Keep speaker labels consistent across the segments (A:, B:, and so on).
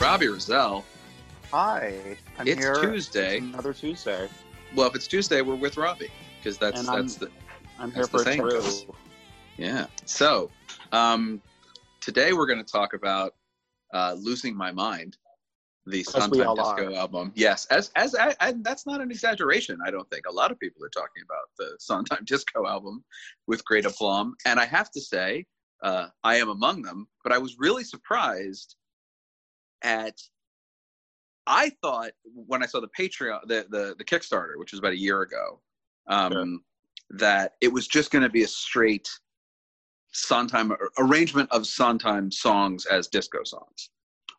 A: Robbie Rizal.
B: Hi, I'm
A: it's
B: here.
A: Tuesday.
B: It's another Tuesday.
A: Well, if it's Tuesday, we're with Robbie because that's
B: And I'm-
A: that's the
B: I'm
A: That's
B: here
A: the
B: for
A: thing.
B: Drew.
A: yeah. So um, today we're going to talk about uh, losing my mind, the
B: As we
A: Sondheim
B: all
A: Disco album. Yes, as as I, I, that's not an exaggeration. I don't think a lot of people are talking about the Sondheim Disco album with great aplomb, and I have to say uh, I am among them. But I was really surprised at I thought when I saw the Patreon, the the, the Kickstarter, which was about a year ago, um, that it was just going to be a straight Sondheim arrangement of Sondheim songs as disco songs.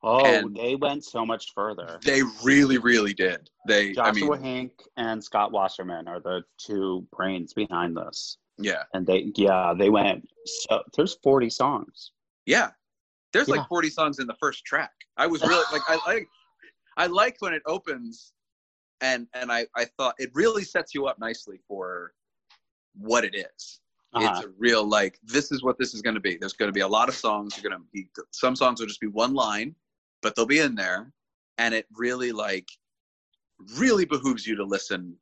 B: Oh,
A: And-
B: they went so much further.
A: They really, really did. They,
B: Joshua
A: I mean,
B: Hank and Scott Wasserman are the two brains behind this,
A: yeah,
B: and they yeah they went so there's 40 songs.
A: yeah. There's
B: Yeah.
A: like 40 songs in the first track. I was really like, I like, I like when it opens, and and I I thought it really sets you up nicely for what it is.
B: Uh-huh.
A: it's a real like this is what this is going to be there's going to be a lot of songs you're going to be some songs will just be one line but they'll be in there and it really like really behooves you to listen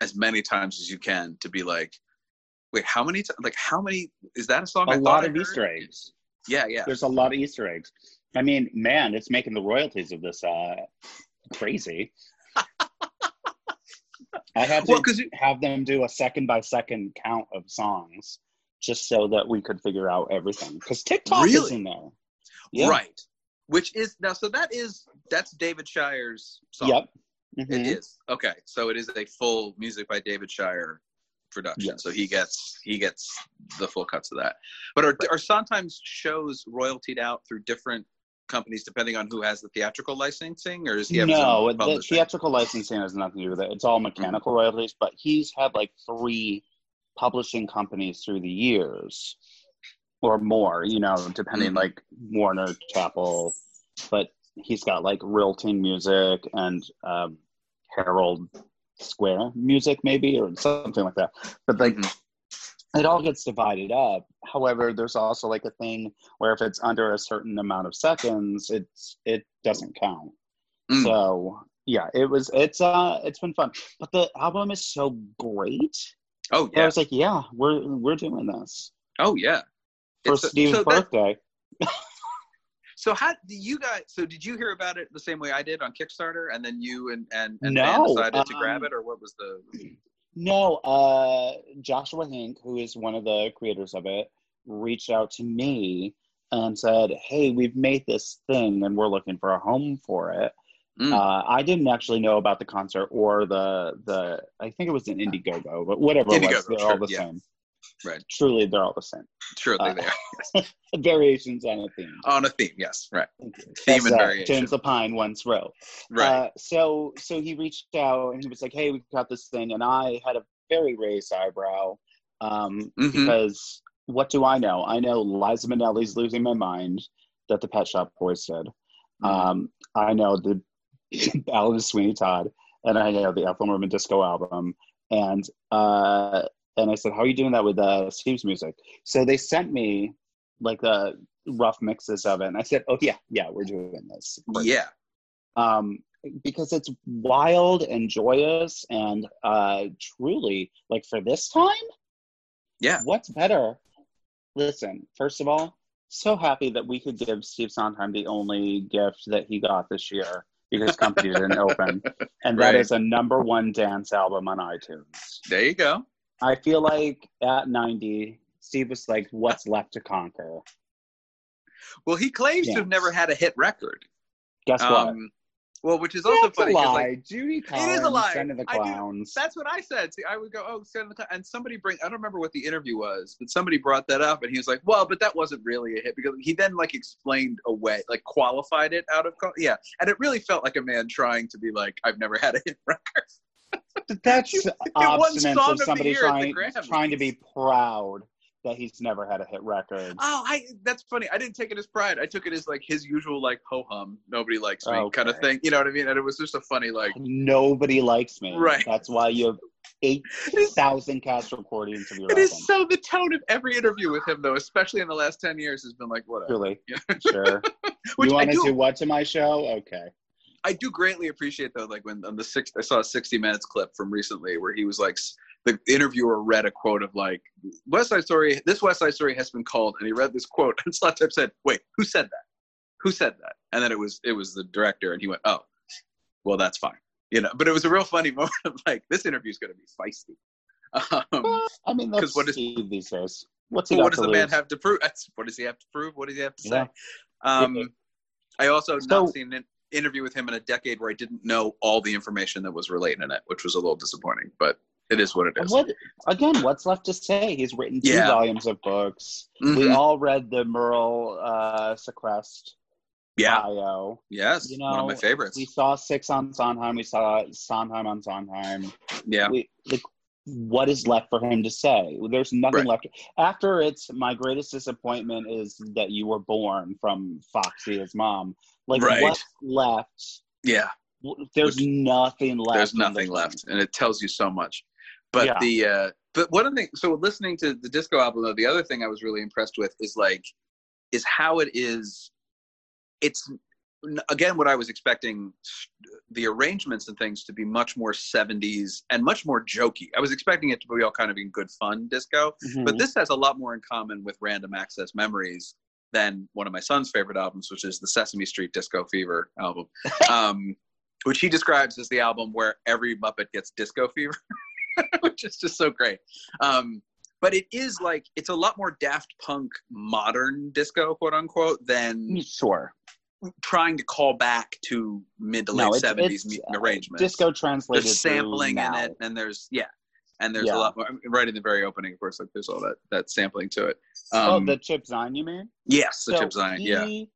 A: as many times as you can to be like wait how many times like how many is that a song I
B: A
A: thought
B: lot
A: I
B: of
A: heard?
B: Easter eggs.
A: yeah yeah
B: There's a lot of Easter eggs. I mean, man, it's making the royalties of this uh, crazy. I had to
A: well because
B: have them do a second by second count of songs just so that we could figure out everything because TikTok is
A: Really?
B: in there.
A: right which is now so that is that's david shire's song
B: Yep.
A: It
B: Mhm.
A: is okay. So it is a full music by David Shire production.
B: Yes.
A: So he gets he gets the full cuts of that. But are are sometimes shows royaltied out through different companies depending on who has the theatrical licensing, or is he have his
B: no,
A: own
B: the
A: publishing?
B: theatrical licensing has nothing to do with it. It's all mechanical royalties, but he's had like three publishing companies through the years or more, you know, depending
A: Mhm.
B: like Warner Chapel. But he's got like Realty Music and um, Herald Square Music, maybe, or something like that. But like
A: Mhm.
B: it all gets divided up. However, there's also like a thing where if it's under a certain amount of seconds, it's it doesn't count.
A: Mm.
B: So yeah, it was it's uh it's been fun. But the album is so great.
A: oh
B: I
A: yeah,
B: was like, yeah, we're we're doing this
A: oh yeah.
B: for
A: It's a-
B: Steve's
A: so, that-
B: birthday.
A: so how do you guys? So did you hear about it the same way I did on Kickstarter, and then you and and, and Van
B: No,
A: decided to grab
B: um,
A: it, or what was the?
B: No, uh Joshua Hank, who is one of the creators of it, reached out to me and said, Hey, we've made this thing and we're looking for a home for it.
A: Mm.
B: Uh, I didn't actually know about the concert or the the I think it was an Indiegogo, but whatever it was,
A: Indiegogo,
B: they're all
A: sure,
B: the
A: yeah.
B: same.
A: Right.
B: Truly they're all the same.
A: Sure, they
B: uh,
A: there
B: Variations on a theme.
A: on a theme. Yes, right.
B: Thank you.
A: Theme and
B: uh,
A: variation.
B: James Lapine once wrote.
A: Right.
B: Uh, so so he reached out and he was like, "Hey, we got this thing," and I had a very raised eyebrow um,
A: Mhm.
B: because what do I know? I know Liza Minnelli's "Losing My Mind" that the Pet Shop Boys did.
A: Hmm.
B: Um, I know the Ballad of Sweeney Todd, and I know the Ethel Merman Disco album, and uh, and I said, "How are you doing that with uh, Steve's music?" So they sent me like the rough mixes of it, and I said, "Oh yeah, yeah, we're doing this."
A: yeah.
B: um, because it's wild and joyous and uh, truly like for this time
A: Yeah.
B: what's better listen first of all so happy that we could give steve sondheim the only gift that he got this year because company didn't open and that
A: Right.
B: is a number one dance album on itunes
A: There you go.
B: i feel like at 90 steve was like what's left to conquer
A: Well, he claims to
B: Yes.
A: have never had a hit record.
B: guess what
A: Um, well, which is also
B: That's
A: funny
B: a
A: 'cause,
B: lie.
A: like
B: Judy Collins,
A: is a lie.
B: Son of the
A: I do-
B: Clowns.
A: that's what I said. See, I would go, oh, Son of the Clown," and somebody bring. I don't remember what the interview was, but somebody brought that up, and he was like, well, but that wasn't really a hit because he then like explained away, like qualified it out of, qual- yeah, and it really felt like a man trying to be like, I've never had a hit record.
B: That's
A: You- won
B: obstinance
A: Song of
B: of
A: the
B: somebody
A: Year at the
B: trying,
A: Grammys.
B: trying to be proud that he's never had a hit record.
A: Oh, I that's funny. I didn't take it as pride. I took it as like his usual like ho hum, nobody likes me kind of
B: Oh, Okay.
A: thing. You know what I mean? And it was just a funny like.
B: Nobody likes me.
A: Right.
B: That's why you have 8,000 cast recordings of your
A: It
B: album.
A: is so the tone of every interview with him, though, especially in the last ten years, has been like whatever.
B: Really?
A: Yeah.
B: Sure.
A: Which
B: you
A: I
B: want to
A: do,
B: do what to my show? Okay.
A: I do greatly appreciate though. Like when on the six, I saw a sixty minutes clip from recently where he was like, s- the interviewer read a quote of like West Side Story. This West Side Story has been called, and he read this quote, and Slot Type said, "Wait, who said that? Who said that?" And then it was it was the director, and he went, "Oh, well, that's fine." You know, but it was a real funny moment of like this interview's going to be feisty. Um,
B: Well, I mean, that's
A: 'Cause what is-
B: Steve these days. What's he
A: Well,
B: got
A: what does
B: to
A: the
B: lose?
A: man have to prove? That's, what does he have to prove? What does he have to say?
B: Yeah. Yeah.
A: Um, I also have
B: So-
A: not seen an interview with him in a decade where I didn't know all the information that was related in it, which was a little disappointing, but it is what it is.
B: What again? What's left to say? He's written two
A: Yeah.
B: volumes of books. We
A: Mhm.
B: all read the Merle uh, Sequest
A: Yeah.
B: bio.
A: Yes.
B: you
A: one of my
B: know,
A: favorites.
B: We saw six on Sondheim. We saw Sondheim on Sondheim.
A: yeah.
B: We, like, what is left for him to say? There's nothing left. After it's my greatest disappointment is that you were born from Foxy, his mom. Like
A: Right.
B: what's left?
A: Yeah.
B: W- There's
A: Which-
B: nothing left.
A: There's
B: in the
A: nothing
B: thing.
A: left, and it tells you so much. But
B: Yeah.
A: the uh, but one of the so listening to the disco album though, the other thing I was really impressed with is like is how it is. It's n- again what I was expecting s- the arrangements and things to be much more 70s and much more jokey. I was expecting it to be all kind of in good fun disco,
B: Mhm.
A: but this has a lot more in common with Random Access Memories than one of my son's favorite albums, which is the Sesame Street Disco Fever album, um, which he describes as the album where every Muppet gets disco fever, which is just so great. Um, but it is like, it's a lot more Daft Punk modern disco, quote unquote, than
B: sure.
A: trying to call back to mid to
B: Mm. No,
A: late
B: it's-
A: 70s
B: it's, uh,
A: mu- arrangements
B: Disco translated.
A: there's
B: through
A: sampling in
B: now.
A: it and there's yeah and there's
B: Yeah.
A: a lot more I mean, right in the very opening of course like there's all that that sampling to it
B: oh,
A: um
B: the Chip Zine, you mean?
A: yes the
B: So
A: chip design yeah
B: he-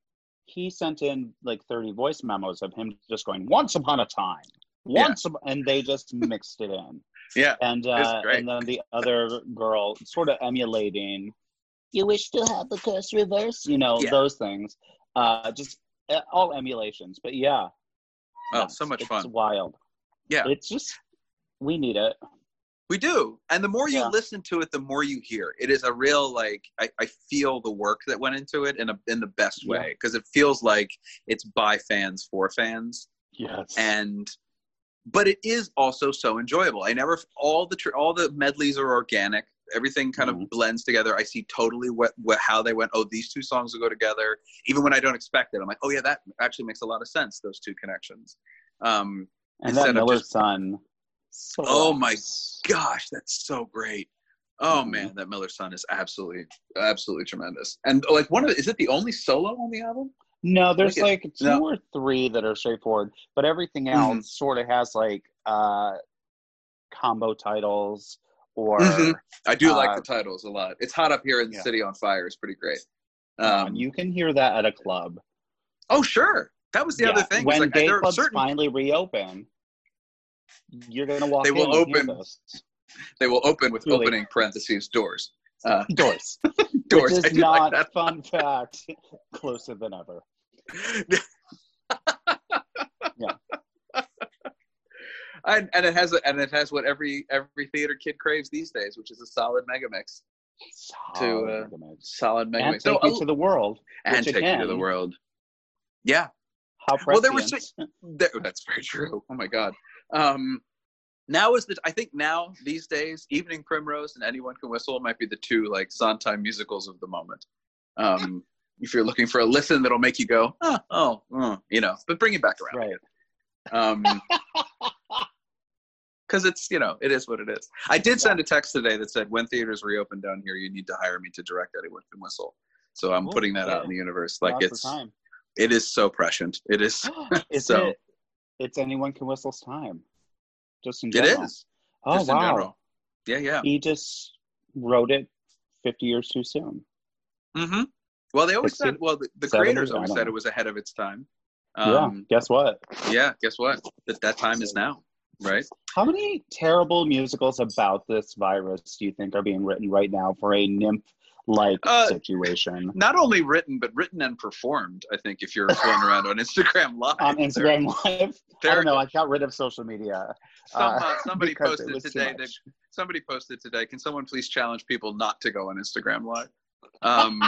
B: He sent in like 30 voice memos of him just going, once upon a time,
A: Yeah.
B: once, up-" and they just mixed it in.
A: yeah
B: And, uh,
A: great.
B: and then the other girl sort of emulating, you wish to have the curse reversed, you know,
A: Yeah.
B: those things. Uh, just uh, all emulations. But yeah.
A: oh
B: nuts.
A: so much
B: it's
A: fun
B: wild.
A: Yeah.
B: It's just, we need it.
A: we do and the more you
B: Yeah.
A: listen to it the more you hear it is a real like i, I feel the work that went into it in a in the best
B: Yeah.
A: way because it feels like it's by fans for fans
B: Yes.
A: and but it is also so enjoyable i never all the tr- all the medleys are organic everything kind
B: Mhm.
A: of blends together i see totally what, what how they went oh these two songs will go together even when i don't expect it i'm like oh yeah that actually makes a lot of sense those two connections um
B: and that
A: instead of
B: Miller's
A: just-
B: son.
A: Oh my gosh that's so great oh
B: Mhm.
A: man that miller son is absolutely absolutely tremendous and like one of the, is it the only solo on the album
B: No, there's
A: it-
B: like two
A: no.
B: or three that are straightforward, but everything
A: Mhm.
B: else sort of has like uh combo titles or
A: Mhm. i do like
B: Uh,
A: the titles a lot it's hot up here in the
B: yeah.
A: city on fire is pretty great
B: um, you can hear that at a club.
A: Oh, sure. That was the other thing.
B: When
A: When like,
B: gay
A: there are
B: clubs
A: certain,
B: finally reopen, you're gonna walk
A: They
B: in
A: will
B: and hear
A: open
B: those
A: they will open with
B: Really?
A: opening parentheses doors. Uh,
B: doors.
A: doors.
B: Which
A: I
B: is
A: do like
B: not
A: that.
B: fun fact closer than ever.
A: and, and it has a, and it has what every every theater kid craves these days, which is a solid megamix.
B: Solid
A: uh,
B: megamix.
A: Solid megamix.
B: and
A: So,
B: take
A: oh,
B: you to the world.
A: and take
B: which
A: you to the
B: again-
A: world. Yeah,
B: How
A: Well, there were
B: prescient.
A: that, that's very true. Oh my god. Um, now is the I think now these days, Evening Primrose and Anyone Can Whistle might be the two like Sondheim musicals of the moment. Um, if you're looking for a listen that'll make you go, oh, oh, oh," you know, but bring it back around.
B: right.
A: um because it's you know it is what it is i did send a text today that said when theaters reopen down here you need to hire me to direct anyone can whistle so i'm
B: Cool.
A: putting that out
B: Yeah.
A: in the universe like
B: Now's the
A: it's
B: time. Oh,
A: it is so prescient it is
B: it's
A: So-
B: it, it's anyone can whistle's time. Just in
A: It
B: general.
A: is.
B: Oh
A: just
B: wow.
A: in general yeah yeah
B: He just wrote it fifty years too soon.
A: mm-hmm. well they always
B: Sixteen-
A: said well the, the
B: seven
A: creators
B: years? I
A: always
B: don't
A: said
B: know.
A: it was ahead of its time
B: yeah.
A: um
B: Guess what?
A: yeah, guess what that, that time is now right?
B: How many terrible musicals about this virus do you think are being written right now for a nymph like
A: Uh,
B: situation?
A: Not only written, but written and performed. I think if you're floating around on Instagram live,
B: On Instagram Live? I
A: There-
B: don't know. I got rid of social media.
A: Some,
B: uh,
A: uh, somebody
B: because it
A: posted
B: was too
A: today
B: much.
A: that somebody posted today. Can someone please challenge people not to go on Instagram live? Um,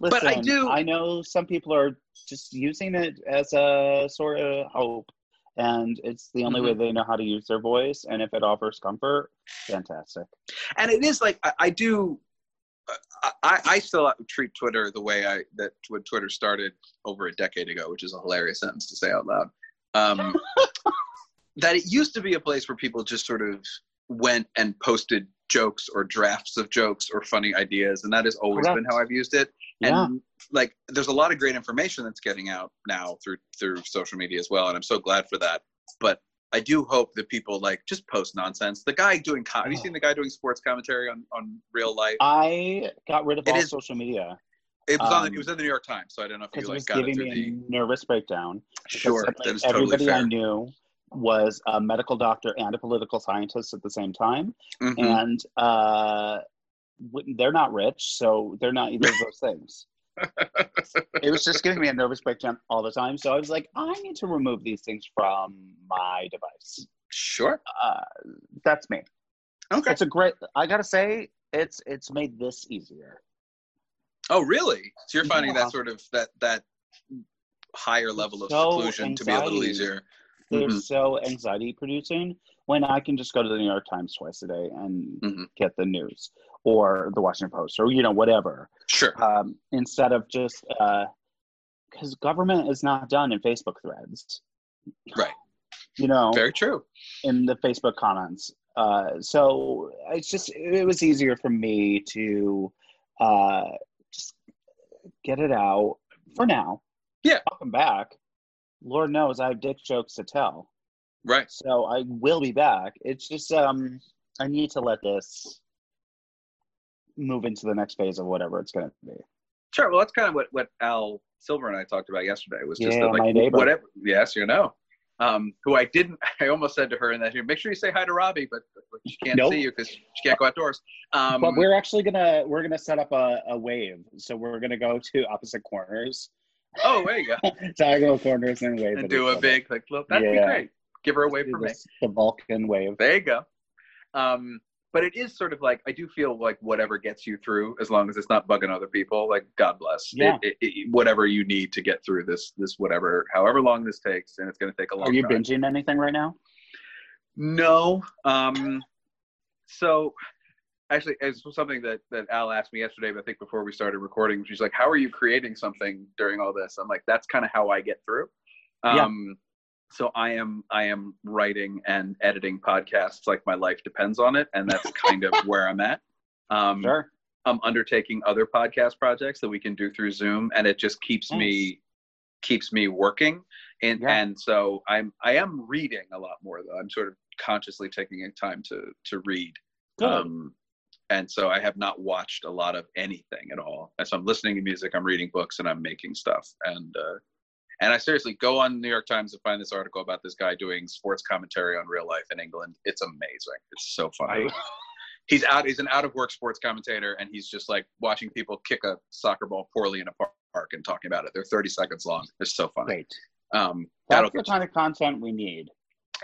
B: Listen,
A: I do-
B: I know some people are just using it as a sort of hope, and it's the only way
A: Mm-hmm.
B: they know how to use their voice. And if it offers comfort, fantastic.
A: and it is like I, I do. I- I, I still treat Twitter the way I that when Twitter started over a decade ago, which is a hilarious sentence to say out loud. Um, that it used to be a place where people just sort of went and posted jokes or drafts of jokes or funny ideas, and that has always been
B: Correct.
A: how I've used it.
B: yeah,
A: and like there's a lot of great information that's getting out now through through social media as well and i'm so glad for that but i do hope that people like just post nonsense the guy doing com- have you seen the guy doing sports commentary on on real life
B: I got rid of
A: It
B: all
A: is-
B: social media
A: it was on the,
B: um,
A: it was in the new york times so i don't know if
B: because
A: you like
B: it was
A: got it
B: giving
A: through
B: me
A: the
B: a nervous breakdown. because
A: sure
B: suddenly
A: that is
B: everybody
A: totally fair
B: I knew was a medical doctor and a political scientist at the same time,
A: Mhm.
B: and uh, wouldn't- they're not rich, so they're not either of those things. it was just giving me a nervous breakdown all the time. So I was like, I need to remove these things from my device.
A: sure
B: Uh, that's me.
A: okay
B: It's a great. I gotta say, it's it's made this easier.
A: oh really so you're finding
B: Yeah.
A: that sort of that that higher level of
B: So
A: seclusion to be a little
B: anxiety.
A: easier
B: They're
A: Mhm.
B: so anxiety producing when I can just go to the New York Times twice a day and
A: Mhm.
B: get the news or the Washington Post or you know whatever
A: sure
B: um, instead of just because government is not done in Facebook threads.
A: Right.
B: You know.
A: very true
B: in the Facebook comments. Uh, so it's just it was easier for me to uh, just get it out for now.
A: Yeah.
B: Welcome back. Lord knows I have dick jokes to tell,
A: right
B: so I will be back. It's just um, I need to let this move into the next phase of whatever it's going to be.
A: Sure. Well, that's kind of what, what Al Silver and I talked about yesterday was just
B: Yeah,
A: that, like,
B: my neighbor.
A: whatever. Yes, you know. Um, who I didn't, I almost said to her in that here, make sure you say hi to Robbie, but but she can't
B: Nope.
A: see you because she can't go outdoors. Um,
B: but we're actually gonna we're gonna set up a, a wave. So we're gonna go to opposite corners,
A: oh, there you go.
B: diagonal corners, and wave.
A: And
B: at
A: do
B: each
A: a
B: other.
A: big, like, look, that'd be
B: Yeah.
A: great. Give her away
B: Do
A: from me.
B: this- The Vulcan wave.
A: There you go. Um, but it is sort of like I do feel like whatever gets you through, as long as it's not bugging other people, like God bless. It-
B: Yeah.
A: It, it- whatever you need to get through this, this whatever, however long this takes, and it's going to take a long.
B: Are you
A: time.
B: binging anything right now?
A: No. Um, so actually, it's something that, that Al asked me yesterday, but I think before we started recording, she's like, how are you creating something during all this? I'm like, that's kind of how I get through.
B: Yeah.
A: Um, so I am, I am writing and editing podcasts like my life depends on it. And that's kind of where I'm at. Um,
B: Sure.
A: I'm undertaking other podcast projects that we can do through Zoom, and it just keeps
B: Nice.
A: me keeps me working. And
B: Yeah.
A: and so I'm I am reading a lot more though. I'm sort of consciously taking a time to to read.
B: Good.
A: Um, and so I have not watched a lot of anything at all. And so I'm listening to music, I'm reading books, and I'm making stuff. And uh, and I seriously go on New York Times and find this article about this guy doing sports commentary on real life in England. It's amazing. It's so funny
B: I-
A: he's out he's an out of work sports commentator and he's just like watching people kick a soccer ball poorly in a par- park and talking about it they're 30 seconds long it's so funny
B: Great.
A: um
B: That's
A: that'll
B: the
A: get
B: kind of content we need.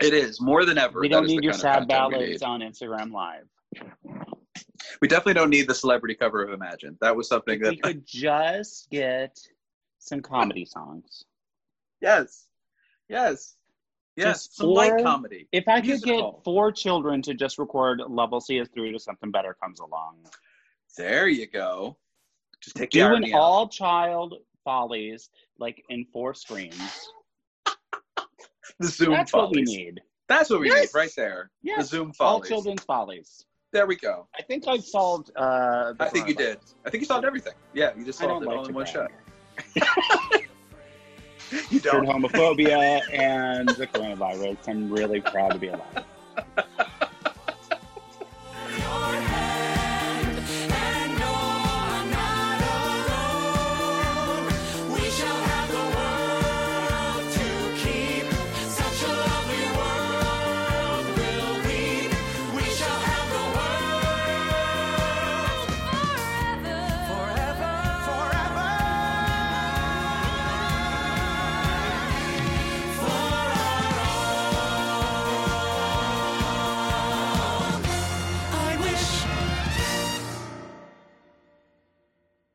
A: it is more than ever
B: We
A: that
B: don't
A: is the
B: need your
A: kind of
B: sad
A: content we,
B: ballads
A: need.
B: on Instagram Live.
A: we definitely don't need the celebrity cover of imagine that was something
B: If
A: that
B: we could just get some comedy songs.
A: yes yes yes
B: Just
A: some light
B: four-
A: comedy
B: If I could get
A: Musical.
B: four children to just record Level C is through to something better comes along.
A: there you go just take the
B: Doing
A: irony out.
B: all child follies like in four screens.
A: the zoom
B: That's
A: follies
B: what we need.
A: that's what we
B: Yes.
A: need right there
B: Yeah.
A: the zoom
B: All
A: follies
B: children's follies.
A: there we think
B: I think I've solved. Uh, the
A: I think you did.
B: coronavirus.
A: i think you solved everything yeah you just
B: I don't
A: solved it
B: like
A: all
B: to
A: in one
B: brag.
A: shot you
B: Cured
A: don't
B: homophobia and the coronavirus. I'm really proud to be alive.